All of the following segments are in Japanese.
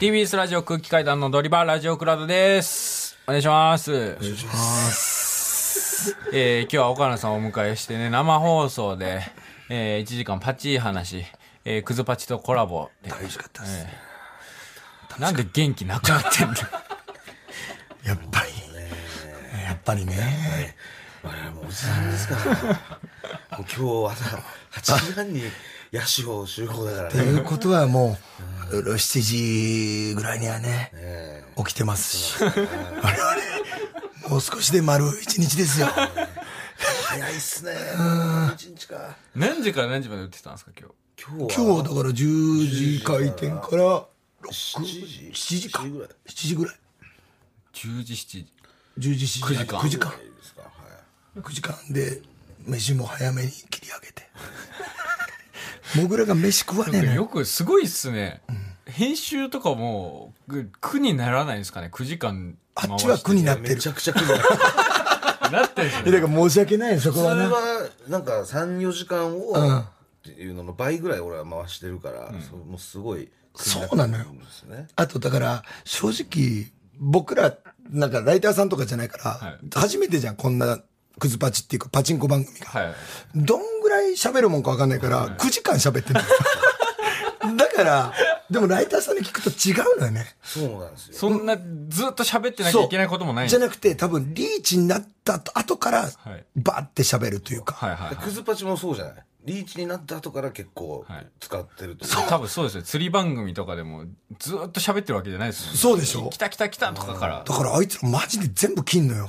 TBS ラジオ空気階段のドリバーラジオクラウドです。お願いします。お願いします。えー、今日は岡野さんをお迎えしてね、生放送で、えー、1時間パチい話、えー、クズパチとコラボで。楽しかったですね。なんで元気なくなってんのやっぱり。やっぱりね。我々もうおじさんですから。 もう今日朝8時半に野手を集合だからといね。うことはもう、7時ぐらいにはね、え起きてますし。我々、もう少しで丸一日ですよ。え早いっすね。もう一日か。 何時から何時まで打ってたんですか、今日。今日今は日だから10時開店から、 7時。 7時か。 7ぐら7い時ぐらい。 10時、7時。 10時、7時。9時間9時間。ですか。はい。 9時間で、飯も早めに切り上げ て。モグラが飯食わねえのよよく、すごいっすね。編集とかも、ぐ苦にならないんですかね、9時間回して。あっちは苦になってめる。ちいゃくちゃ来る。なってるんですよやだから申し訳ないよ、そこそはれね。はなんか34時間をんっていうのの倍ぐらい俺は回してるから、そもうすごいそうなのよですねあとだから、正直、僕ら、なんかライターさんとかじゃないから、はい初めてじゃん、こんな、クズパチっていうか、パチンコ番組が。はい。どんぐらい喋るもんかわかんないから、9時間喋ってる だから、でもライターさんに聞くと違うのよね。そうなんですよそんな、ずっと喋ってなきゃいけないこともないんじでゃなくて、多分、リーチになった後からい、バーって喋るというか。はいはいで。クズパチもそうじゃないリーチになった後から結構はい使ってるというか多分そうですよ。釣り番組とかでも、ずーっと喋ってるわけじゃないですよね。そうでしょ来た来た来たとかからだ。からあいつらマジで全部切んのよ。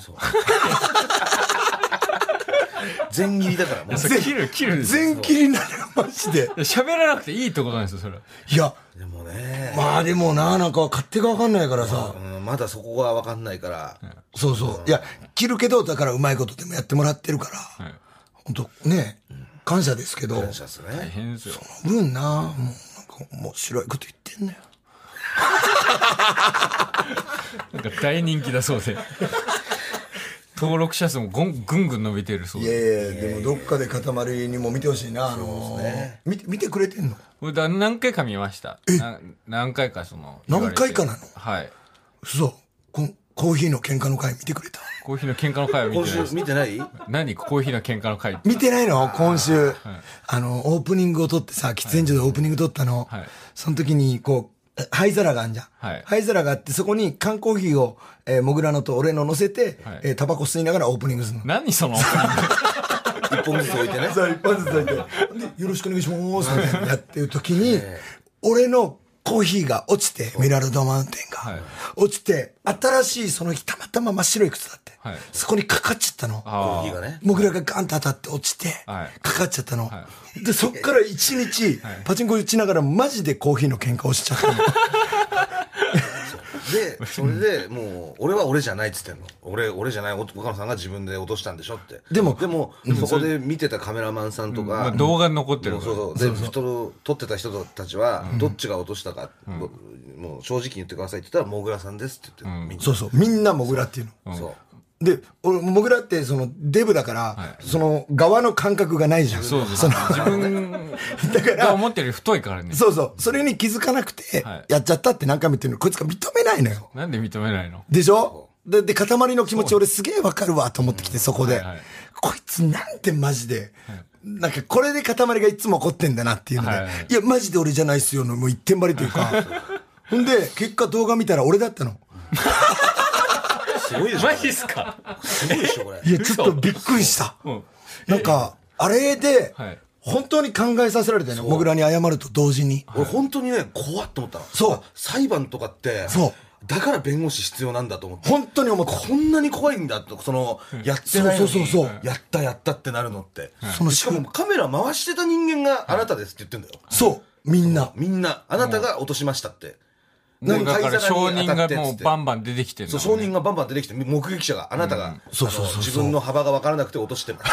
全切りだからもうそれ切る、切るんですよ。全切りになるよ、マジで。喋らなくていいってことなんですよ、それは。いや、でもね、まあでもな、なんか勝手がわかんないからさ。うん、まだそこが分かんないから、そうそう。いや、切るけど、だからうまいことでもやってもらってるから、はい本当ね、感謝ですけど、感謝です大ね。変ですよ。うんな、もうなんか面白いこと言ってんのよ。なんか大人気だそうで。 登録者数もぐんぐんぐん伸びてるそういで。やいや、でもどっかで塊にも見てほしいな、あのー見て、見てくれてんのこれだ何回か見ました。な何回かその。何回かな言わのれてはい。嘘こんコーヒーの喧嘩の回見てくれたコーヒーの喧嘩の回は 見てない今週です。見てない何コーヒーの喧嘩の回って。見てないの今週、あの、オープニングを撮ってさ、喫煙所でオープニング撮ったの。はいその時に、こう、え灰皿があんじゃん。はい灰皿があって、そこに缶コーヒーを、えー、モグラのと俺の乗せて、はいえータバコ吸いながらオープニングするの。何そのオープニ ング一本ずつ置いてね。そう、一本ずつ置いて。で、よろしくお願いします。みたいなのやってる時 に、俺のコーヒーが落ちて、メラルドマウンテンが、はい落ちて、新しいその日たまたま真っ白い靴だって、はいそこにかかっちゃったの。コあーヒーがね。モグラがガンと当たって落ちて、はいかかっちゃったの。はで、そっから一日、パチンコ打ちながらマジでコーヒーの喧嘩をしちゃったの。で、それでもう、俺は俺じゃないっつってんの。俺、俺じゃない、お岡野さんが自分で落としたんでしょって。でもでも、そこで見てたカメラマンさんとまあか、動画に残ってるもうかそらうそう。で、人の撮ってた人たちは、どっちが落としたか、もうもう正直に言ってくださいって言ったら、モグラさんですって言って、みんそうそう、みんなモグラっていうの。な。そう。で、俺、モグラって、その、デブだから、その、側の感覚がないじゃん。そうそうその、自分 だからが、思ってるより太いからね。そうそう。それに気づかなくてはい、やっちゃったって何回も言ってるの、こいつが認めないのよ。なんで認めないのでしょで、で、塊の気持ち俺すげえわかるわと思ってきて、そこではいはい。こいつなんてマジで、なんかこれで塊がいつも怒ってんだなっていうのではいはい、いや、マジで俺じゃないっすよの、もう一点張りというか。ほんで、結果動画見たら俺だったの。すごいでしょ。マジっすかすごいでしょ、これ。いや、ちょっとびっくりした。なんか、あれではい、本当に考えさせられたよね。モグラに謝ると同時に。俺本当にね、怖っと思ったの。そう裁判とかって、そうだから弁護士必要なんだと思って。本当に思った。こんなに怖いんだと、その、やってないのにそうそうそうそうやったやったってなるのって。そのしかもカメラ回してた人間があなたですって言ってんだよ。そう、みんな。みんな、あなたが落としましたって。なんかだから証人がでもうバンバン出てきてるそう、証人がバンバン出てきて、目撃者が、あなたが、あのそうそうそうそう 自分の幅が分からなくて落としてます。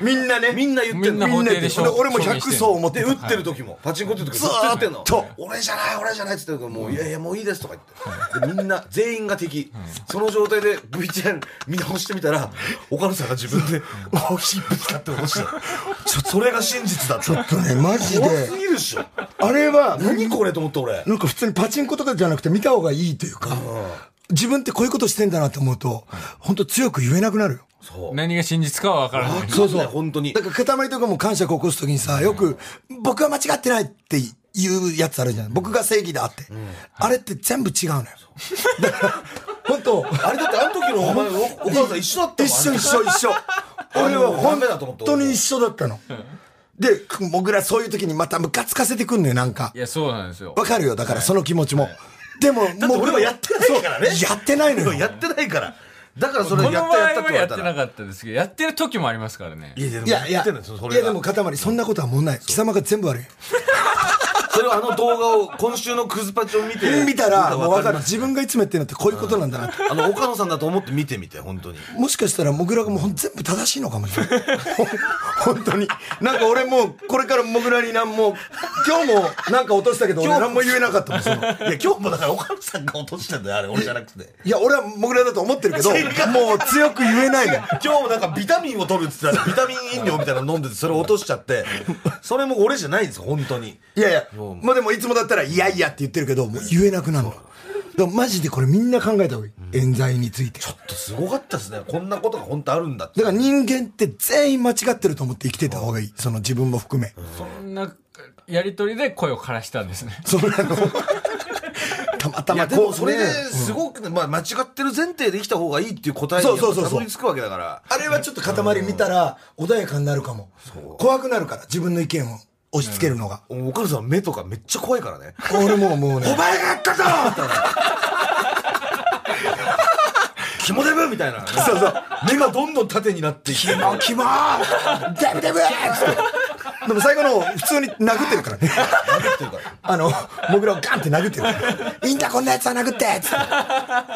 みんなね。みんな言ってんの。みんな法廷でしょで俺も100層思ってで、打ってる時も、パチンコ打ってる時ずも、ーずっっとと打ってんの。俺じゃない、俺じゃないって言ってるから、もう、いやいや、もういいですとか言って。でみんな、全員が敵。その状態で VTR 見直してみたら、岡野さんが自分で、こう、ヒップ使って落した。ちょ、それが真実だった。ちょっとねマジで怖すぎるでしょ。あれは何これと思った俺。なんか普通にパチンコとかじゃなくて見た方がいいというか、自分ってこういうことしてんだなと思うと、本当強く言えなくなるよ。そう。何が真実かは分からない。そうそう。本当にだ。から塊とかも感触起こすときにさ、よく、僕は間違ってないって言うやつあるじゃない。僕が正義だって。あれって全部違うのよ。だから、本当あれだって、あの時のお前、おお母さん一緒だったもん。一緒一緒 一緒。俺は本当に一緒だったの。で、僕らそういう時にまたムカつかせてくんのよ、なんかい。や、そうなんですよ。わかるよ、だからその気持ちも。でも、だって俺はやってないからねそうやってないのよ。やってないから。だからそれやこのっ場たやった合はって言わやれったてら。なかったですけど、やってる時もありますからね。いやいいやいや、いってんのそれやでも、塊、そんなことはもんない。貴様が全部悪い。それはあの動画を、今週のクズパチを見て。 見たら、もうわかる。ます自分がいつもやってるのってこういうことなんだなって。あの、岡野さんだと思って見てみて、本当に。もしかしたら、もぐらがもうほん全部正しいのかもしれない。ほん 本当に。なんか俺もう、これからもぐらになんも、今日もなんか落としたけど、俺何も言えなかったもん、その。いや、今日もだから岡野さんが落としてんだよ、あれ、俺じゃなくて。いや、俺はもぐらだと思ってるけど、もう強く言え ないの。今日もなんかビタミンを取るって言ったら、ビタミン飲料みたいなの飲んでて、それ落としちゃって、それも俺じゃないんですよ、本当に。いやいや、まあでもいつもだったら、いやいやって言ってるけど、もう言えなくなるの。だからマジでこれみんな考えた方がいい。冤罪について。ちょっとすごかったですね。こんなことが本当あるんだってだ。から人間って全員間違ってると思って生きてた方がいい。その自分も含め。そんなやりとりで声を枯らしたんですね。そんな の。たまたいやまでこもうそれでねすごくね、まあ間違ってる前提で生きた方がいいっていう答えにそうそうそうそうたどり着くわけだから。あれはちょっと塊見たら穏やかになるかも。怖くなるから、自分の意見を押し付けるのが。お母さん目とかめっちゃ怖いからね。俺もうもうね。お前がやったぞキモデブみたいな。そうそう。目がどんどん縦になっていって。もうキモーデブデブーってでも最後の方普通に殴ってるからね。 殴ってるからあの、モグラをガンって殴ってるから。いいんだ、こんな奴は殴ってつっ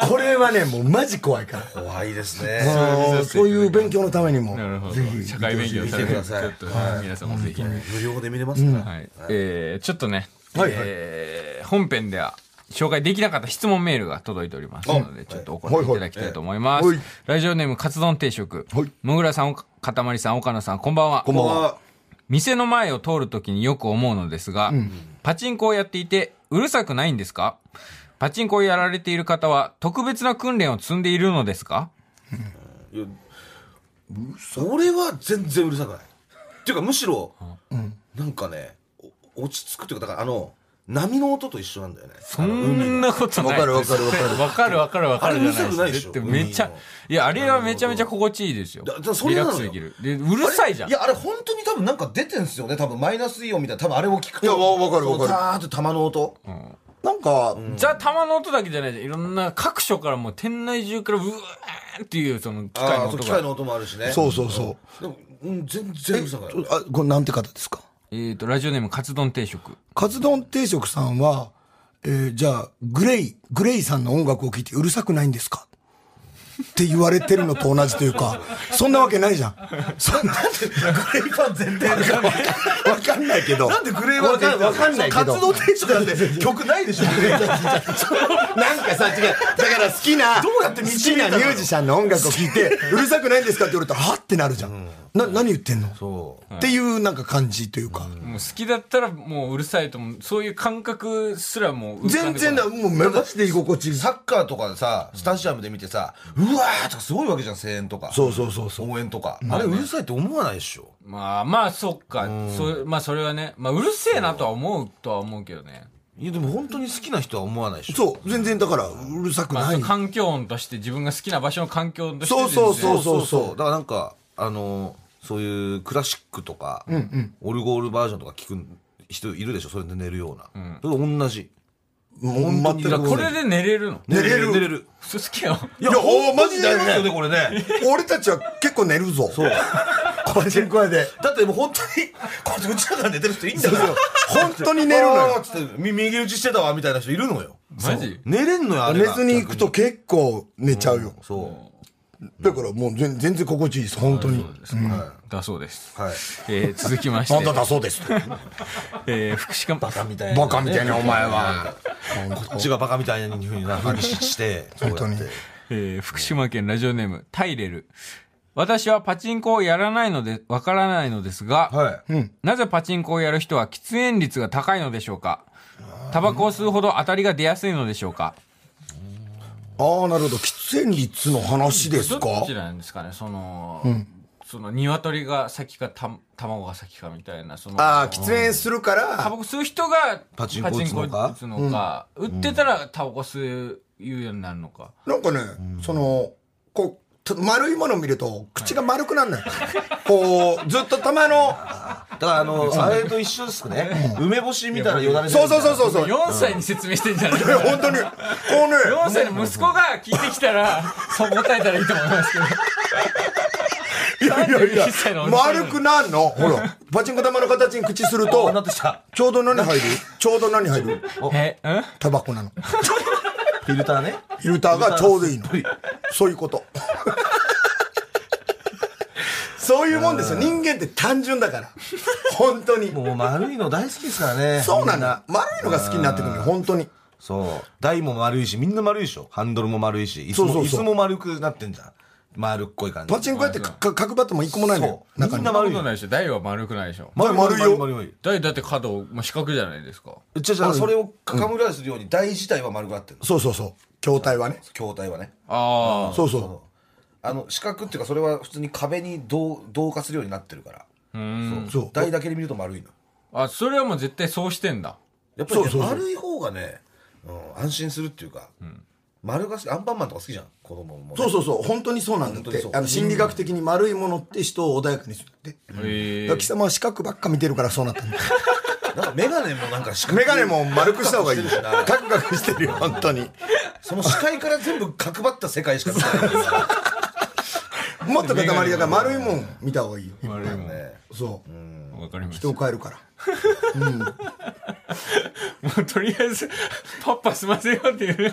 てこれはね、もうマジ怖いから。怖いですあね。のそういう勉強のためにもなるほ。どぜひ。社会勉強され見てくださいちょっと皆さんもぜひ。無料で見れますから。はい。えーちょっとね、はいはいえー本編では紹介できなかった質問メールが届いておりますので、ちょっとお答えいただきたいと思います。はいはいラジオネーム、カツ丼定食。はいもぐらさん、おかかたまりさん、岡野さん、こんばんは。こんばんはあ店の前を通るときによく思うのですが、パチンコをやっていて、うるさくないんですかパチンコをやられている方は、特別な訓練を積んでいるのですかいや俺は全然うるさくない。っていうかむしろ、なんかね、お落ち着くっていうか、だからあの、波の音と一緒なんだよね。そんなことない。わかるわかるわかるわかるわかるわかるじゃないあれうるさくないでしょ絶対めちゃ海の、いや、あれはめちゃめちゃ心地いいですよ。だだそリれなラのッよクスできる。で、うるさいじゃんい。や、あれ本当に多分なんか出てんすよね。多分マイナスイオンみたいな。多分あれを聞くと。いやわわかるわかるザーって玉の音。なんか、じゃあ、玉の音だけじゃないじゃん。いろんな各所からもう店内中からうわーっていう、その機械あのあ、そう音機械が。の音もあるしね。そうそうそう。でも、うん、全然うるさくない。あ、これなんて方ですかえっと、ラジオネーム、カツ丼定食。カツ丼定食さんは、えーじゃあ、グレイ、グレイさんの音楽を聴いてうるさくないんですかって言われてるのと同じというか、そんなわけないじゃん。そんな、グレーファン全体で。わかんないけど。なんでグレーはわかんないけど。活動停止なんて曲ないでしょ、グレーはなんかさ、違う。だから 好きな、どうやって導い好たきのなミュージシャンの音楽を聴いて、うるさくないんですかって言われたら、はってなるじゃん。な、何言ってんのっていうなんか感じというか。もう好きだったらもううるさいと思う。そういう感覚すらもう浮かん全でこない。然だ、もう目指して居心地いい。サッカーとかでさ、スタジアムで見てさ、うわーとかすごいわけじゃん、声援とか。そうそうそうそう。応援とか。あれうるさいって思わないでしょ。まあまあ、そっか。そう、まあそれはね。まあうるせえなとは思うとは思うけどね。いや、でも本当に好きな人は思わないでしょ。そう、全然だから、うるさくまあなそいの。環境音として自分が好きな場所の環境音としてそうそうそう全然そうそうだからなんか、あのーそういうクラシックとか、オルゴールバージョンとか聞く人いるでしょ、それで寝るような。それと同じ。もう本当全にくこれで寝れるの寝れる寝れる。嘘つけよ。いや、おーマジだ寝れますよよね、ね。これね。俺たちは結構寝るぞ。そう。パチンコ屋で。だってもう本当に、こうやってうちらから寝てる人いいんだから。本当に寝るのあーよ。っつって、み右打ちしてたわ、みたいな人いるのよ。マジ寝れんのよ、あれ寝が。ずに行くと結構寝ちゃうよ。そう。だからもう全全然心地いいです、本当に。はいだそうです。はい。えー続きましあんてた、だそうですって。えー福島、バカみたいな。バカみたいな、お前は。こっちがバカみたいなふうになふうにして、そう本当にやってえー福島県ラジオネーム、タイレル。私はパチンコをやらないので、わからないのですが、はい。なぜパチンコをやる人は喫煙率が高いのでしょうかタバコを吸うほど当たりが出やすいのでしょうかああ、なるほど。喫煙率の話ですかどっちなんですかねその、その、鶏が先かた、卵が先かみたいな、その、ああ、喫煙するかタらバ、コ吸う人がパチンコ打つのかパチンコ打つのか売ってたらタバコ吸う言うようになるのか。なんかね、その、こう、と丸いものを見ると、口が丸くなるのよ。こう、ずっとたまの、だからあの、あれと一緒ですね。梅干しみたいなよだれ出るそうそうそうそうそう。 4歳に説明してんじゃないえ本当に、こう ね、 4歳の息子が聞いてきたら、そう答えたらいいと思いますけど。いやいやいや31歳のお、じさん丸くなんのほら、パチンコ玉の形に口するあとな、ってきた。ちょうど何入るちょうど何入るえ、うんタバコなの。フィルターね。フィルターがちょうどいいの。そういうこと。そういうもんですよ。人間って単純だから。本当に。もう丸いの大好きですからね。そうなんだ。丸いのが好きになってくるのよ、本当に。そう。台も丸いし、みんな丸いでしょ。ハンドルも丸いし、椅子そもうそうそう椅子も丸くなってんじゃん。丸っこい感じ。パチンコやってかか角張っても一個もないのよそ。う中みんにな。丸丸くいないでしょ。台は丸くないでしょ。丸い丸いよ丸い丸い。台だって角、まあ、四角じゃないですか。じゃじゃそれをカカムラするように台自体は丸くなってるの。そうそうそう。筐体はね。筐体はね。あそうそう。あの、四角っていうか、それは普通に壁に同同化するようになってるから。そう。台だけで見ると丸いの。あ。あ、それはもう絶対そうしてんだ。やっぱりねそうそうそう丸い方がね、うん、安心するっていうか、丸が好きアンパンマンとか好きじゃん子供もね、そうそうそう。本当にそうなんだっ本当にてそう。あの心理学的に丸いものって人を穏やかにするって。へだえから貴様は四角ばっか見てるからそうなったん だ。なんか眼鏡もなんか四角いメガネも丸くした方が いい。角々してるしカクカクしてるよ、本当に。その視界から全部角張った世界しか見てないかもっと塊だから丸いもん見た方がいいよ。丸いもん。らねそう。わかりました人を。変えるから。もうとりあえず、 パッパすませよっていう。い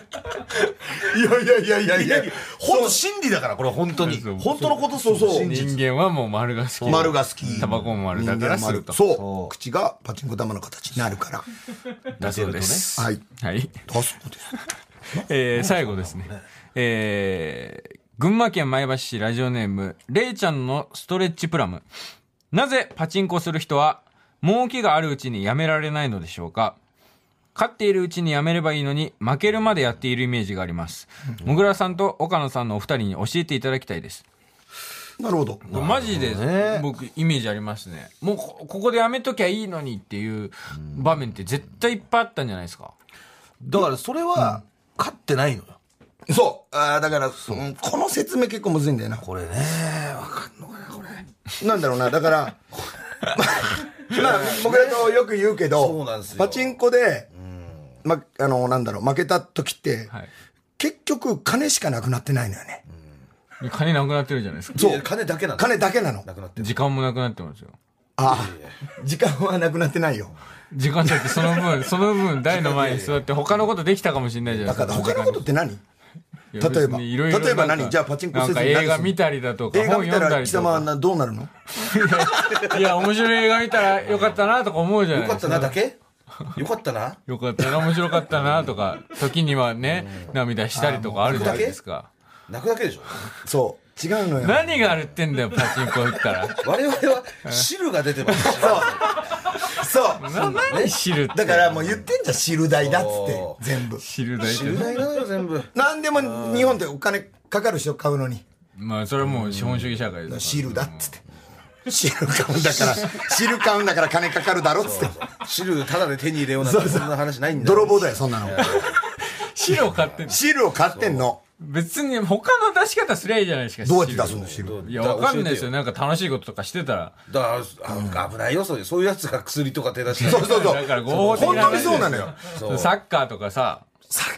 やいやいやいやいや本当真理だからこれ本当にそう本当のことそうそう真人実間はもう丸が好き。丸が好き。タバコも丸だから吸うと。人間丸そそうう。口がパチンコ玉の形になるから。だそうです。 はい。はい。あ、そうです。えー最後ですね。えー群馬県前橋市ラジオネーム、れいちゃんのストレッチプラム。なぜパチンコする人は、儲けがあるうちにやめられないのでしょうか勝っているうちにやめればいいのに、負けるまでやっているイメージがあります。もぐらさんと岡野さんのお二人に教えていただきたいです。なるほど。マジでね僕イメージありますね。もうこここでやめときゃいいのにっていう場面って絶対いっぱいあったんじゃないですか。だからそれは勝ってないのよそう。あーだから、うんこの説明結構むずいんだよな。これねなんだろうな、だから、まあ、僕らとよく言うけど、そうなんですよパチンコで、ま、あの、なんだろう、負けた時って、はい。結局、金しかなくなってないのよね。金なくなってるじゃないですか。そういや金だけなんだ金だけなの。なくなってる時間もなくなってますよ。ああ、時間はなくなってないよ。時間だってその 分、その分台の前に座って他のことできたかもしれないじゃなだいでかすか。ら、他のことって何いや例えば別にいろいろ例えなばんか何じゃあパチンコせずなにんか何する映画見たりだとか、映画本見た読んだら、り貴と様はか。などうなるのいや、面白い映画見たらよかったなとか思うじゃなよいかですったか。なだけよかったなよかったな、面白かったなとか、時にはね、涙したりとかあるじゃないですか。泣くだけでしょそう、違うのよ。何があるってんだよ、パチンコ打 ったら。我々は汁が出てますそう。な何知るってだからもう言ってんじゃん、汁代だっつってそ、全部。知るだけ汁で。ないなのよ全部なんでも日本ってお金かかるでしょ、買うのに。まあ、それはもう資本主義社会ですから。汁だっつって。汁買うんだから、汁買うんだから金かかるだろっつって。汁ただで手に入れようなんてそんな話ないんだよ泥棒だよ、そんなの。汁を買ってんの汁を買ってんの。別に他の出し方すりゃいいじゃないですか。どうやって出す汁の汁。いや、わかんないですよ。なんか楽しいこととかしてたら。だからあの危ないよそういうそういうやつが薬とか手出してそうそうそう。だから合法的本な当にそうなのよ。そうサッカーとかさ、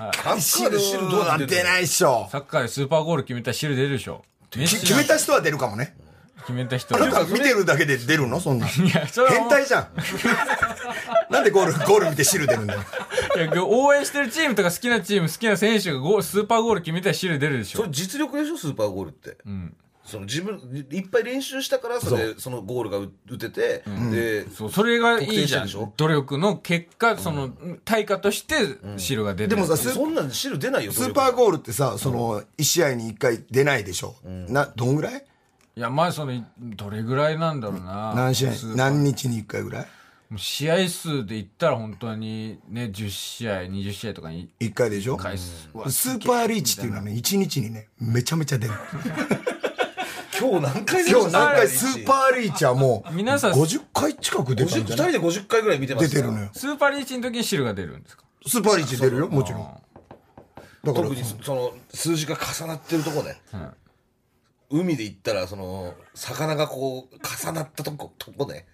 あ汁汁汁どうはなってんの出ないっしょ。サッカーでスーパーゴール決めたら汁出るでしょ。メッシきが決めた人は出るかもね。決めた人あなた見てるだけで出るのそんな。や それは変態 じゃん。なんでゴール、ゴール見て汁出るんだよ。いや応援してるチームとか好きなチーム、好きな選手がゴールスーパーゴール決めたら汁出るでしそょれ。実力でしょスーパーゴールって、その自分いっぱい練習したからそれそのゴールが打打てて、でそうそれがいい得点しじたゃでしんょ努力の結果その対価として汁が出てでる、もさ、スーそんなん汁出ないよスーパーゴールってさ、その、1試合に1回出ないでしょ。な、どんぐらいいやまあそのどれぐらいなんだろうな、何試合数何日に1回ぐらい試合数で言ったら本当にね10試合20試合とかに ?1 回でしょ回数はスーパーリーチっていうのはね、1日にね、めちゃめちゃ出る。今日何回今日何回スーーパーリーチはもう、皆さん50回近く出たん2じゃな人いで50回ぐらい見てま出すてるのよ。スーパーリーチの時に汁が出るんですかスーパーリーチ出るよ、もちろん。だから特、にそその数字が重なってるとこね、海で行ったらその魚がこう重なったとことこ ね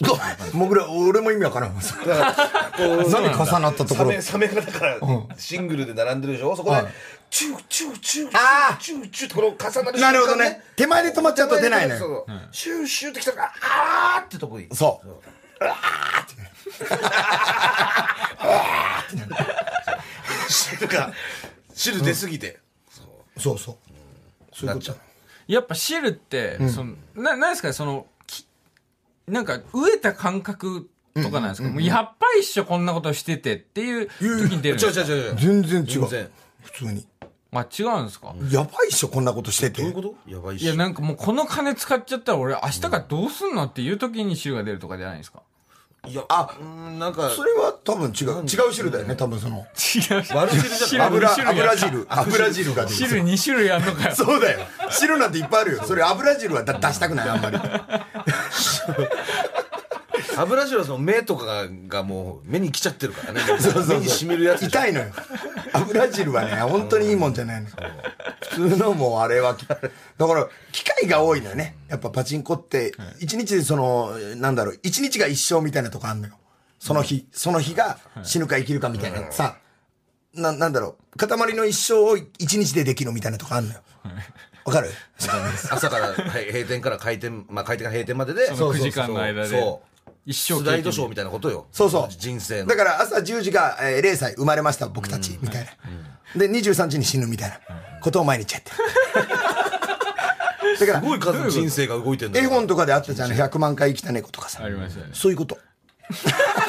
もぐら、俺も意味わからん。だからこう何重なったとこサろメ。サメがだからシングルで並んでるでしょそこでチューチューチューあーチューチューってこの重なるなるほどね。手前で止まっちゃうと出ないのそよ。うそうシューシューってきたからあーってとこにそう。汁が汁出すぎて、そうそう。そういうなっこちとゃだう。やっぱ汁って、そのななんですかねそのきなんか飢えた感覚とかなんですか、もうやっぱり一緒こんなことしててっていう時に出るんです違かう違う違う違う全然違う。全然普通に。まあ違うんですか、やばいっしょ、こんなことしてて。どういうことやばいっいしょやなんかもうこの金使っちゃったら俺明日からどうすんのっていう時に汁が出るとかじゃないですかいやあなんかそれは多分違う。違う汁だよね、多分その。違う悪汁じゃ汁ない油、二種類油汁。油汁が出て汁2種類あんのかよそうだよ。汁なんていっぱいあるよ。それ油汁はだ出したくない、あんまり。油汁はその目とかががもう目に来ちゃって るからねそうそう目にしみるやつ痛いのよ。油汁はね、本当にいいもんじゃないの。普通のもうあれはき、だから、機械が多いのよね。やっぱパチンコって、一日でその、なんだろう、一日が一生みたいなとこあんのよ。その日、その日が死ぬか生きるかみたいな。さ、な、なんだろう、塊の一生を一日でできるみたいなとこあんのよ。わかる朝から、はい、閉店から開店まあ開店から閉店まででその9時間の間でそう一生スライドショーみたいなことよそうそう。人生のだから朝10時が、えー0歳生まれました、僕たち、みたいな。で、23時に死ぬみたいなことを毎日やってる。だすかごい数の人生が動いてんだら、絵よ本とかであったじゃん、100万回生きた猫とかさあ。りましたねそういうこと。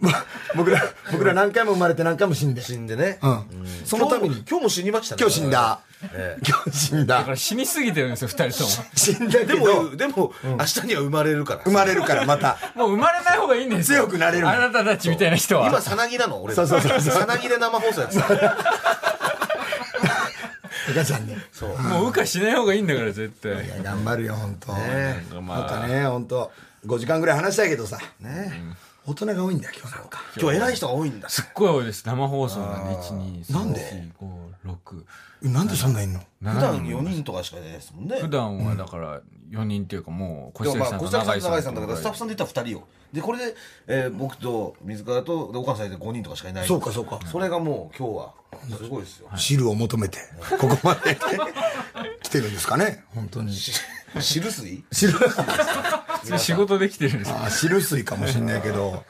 ま僕ら、僕ら何回も生まれて何回も死んで。死んでね、うん。そのために今、日も今日も死にましたね今日死んだ。え今日死んだかだ。ら死にすぎてるんですよ2人と死んだけでもど、でも、明日には生まれるから生まれるからまた。ももう生まれない方がいいんですよ強くなれるあなたたちみたいな人は今さなぎなの俺そうそうそうさなぎで生放送やってた赤ちゃんね。そうもう羽化しない方がいいんだから絶対頑張るよ、本当。ねなんかなまんあかね、本当5時間ぐらい話したいけどさ。ね大人が多いんだよ、今日なんか。今日偉い人が多いんだすっごい多いです生放送なんで1 2 3 4 5 6なんでそんないんの普普段4人とかしかいないですもんね普段はだから4人っていうかもう小でも杉まあさん小と崎さ永ん井さんと永井さんだからスタッフささんで言ったら2人よでこれで、えー僕と水川とで岡野さんで5人とかしかいないそうかそうかそれがもう今日はすごいですよ汁を求めて、ここまで来てるんですかね本当に。汁水汁、ん仕事できてるんですよあ汁水かもしんないけど、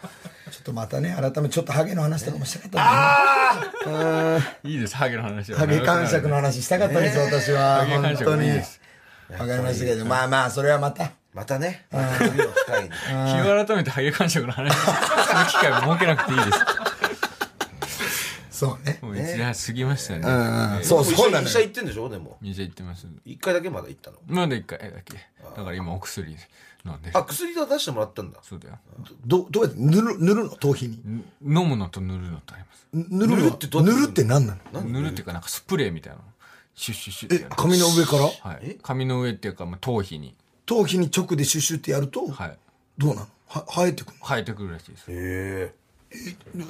ちょっとまたね、改めちょっとハゲの話とかもしたかったんだいいですハゲの話はねハゲ感触の話したかったんです、私は。ハゲ本感当触にいいです。わかりましたけど、まあまあ、それはまた。またねまた次の機会に日を改めてハゲ感触の話する機会を設けなくていいです そうね。もう1年過ぎましたねうんうん。そう、そうな医の者よ。行ってんでしょでも2社行ってます1回だけまだ行ったのまだ1回だけだから今お薬飲んでるあ薬は出してもらったんだそうだよど、どうやって塗る、塗るの頭皮に。ん飲むのと塗るのとあります塗る塗るのってどう塗やってるって何なの塗るっていうかなんかスプレーみたいなのシュッシュッシュッってえやる、髪の上からはい髪の上っていうかまあ頭皮に頭皮に直でシュッシュってやると、はいどうなのは生えてくる生えてくるらしいですへえ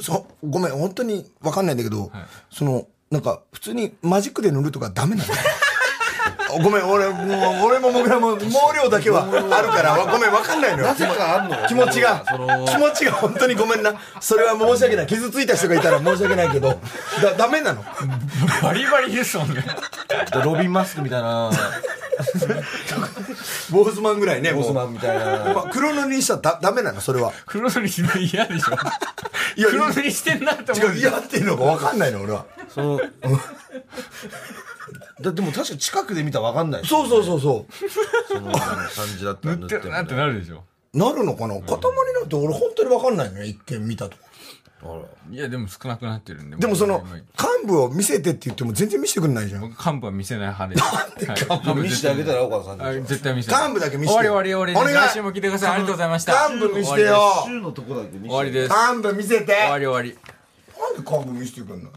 そごめん本当に分かんないんだけど、そのなんか普通にマジックで塗るとかダメなの あごめん俺もう俺ももぐらも毛量だけはあるからわごめん分かんないのよなぜかあんの気持ちがその気持ちが本当にごめんなそれは申し訳ない傷ついた人がいたら申し訳ないけどだダメなのバリバリですもんねロビン・マスクみたいなボーズマンぐらいねボスマもンみたいなうまあ黒塗りにしたらダダメなのそれは黒塗りひどい嫌でしょいや 黒塗りしてんなって思う違う、やってんのか分かんないの、俺は。そのだでも確かに近くで見たら分かんないそうそうそうそその感じだったら塗塗っっててるるねなってなるでしょう。なるのかな塊なんて俺本当に分かんないのよ、一見見たと。あらいやでも少なくなってるんででもその僕、幹部を見せてって言っても全然見せてくんないじゃん。僕幹部は見せない派ですはい幹あ見せてあげたら岡田さんあでしょ絶対見せない幹部だけ見せて終わり終わり終わりお願い来週も来てくださいありがとうございました幹部見せてよ週のとこだけ見せて終わりです幹部見せて終わなり終わりんで幹部見せてくんの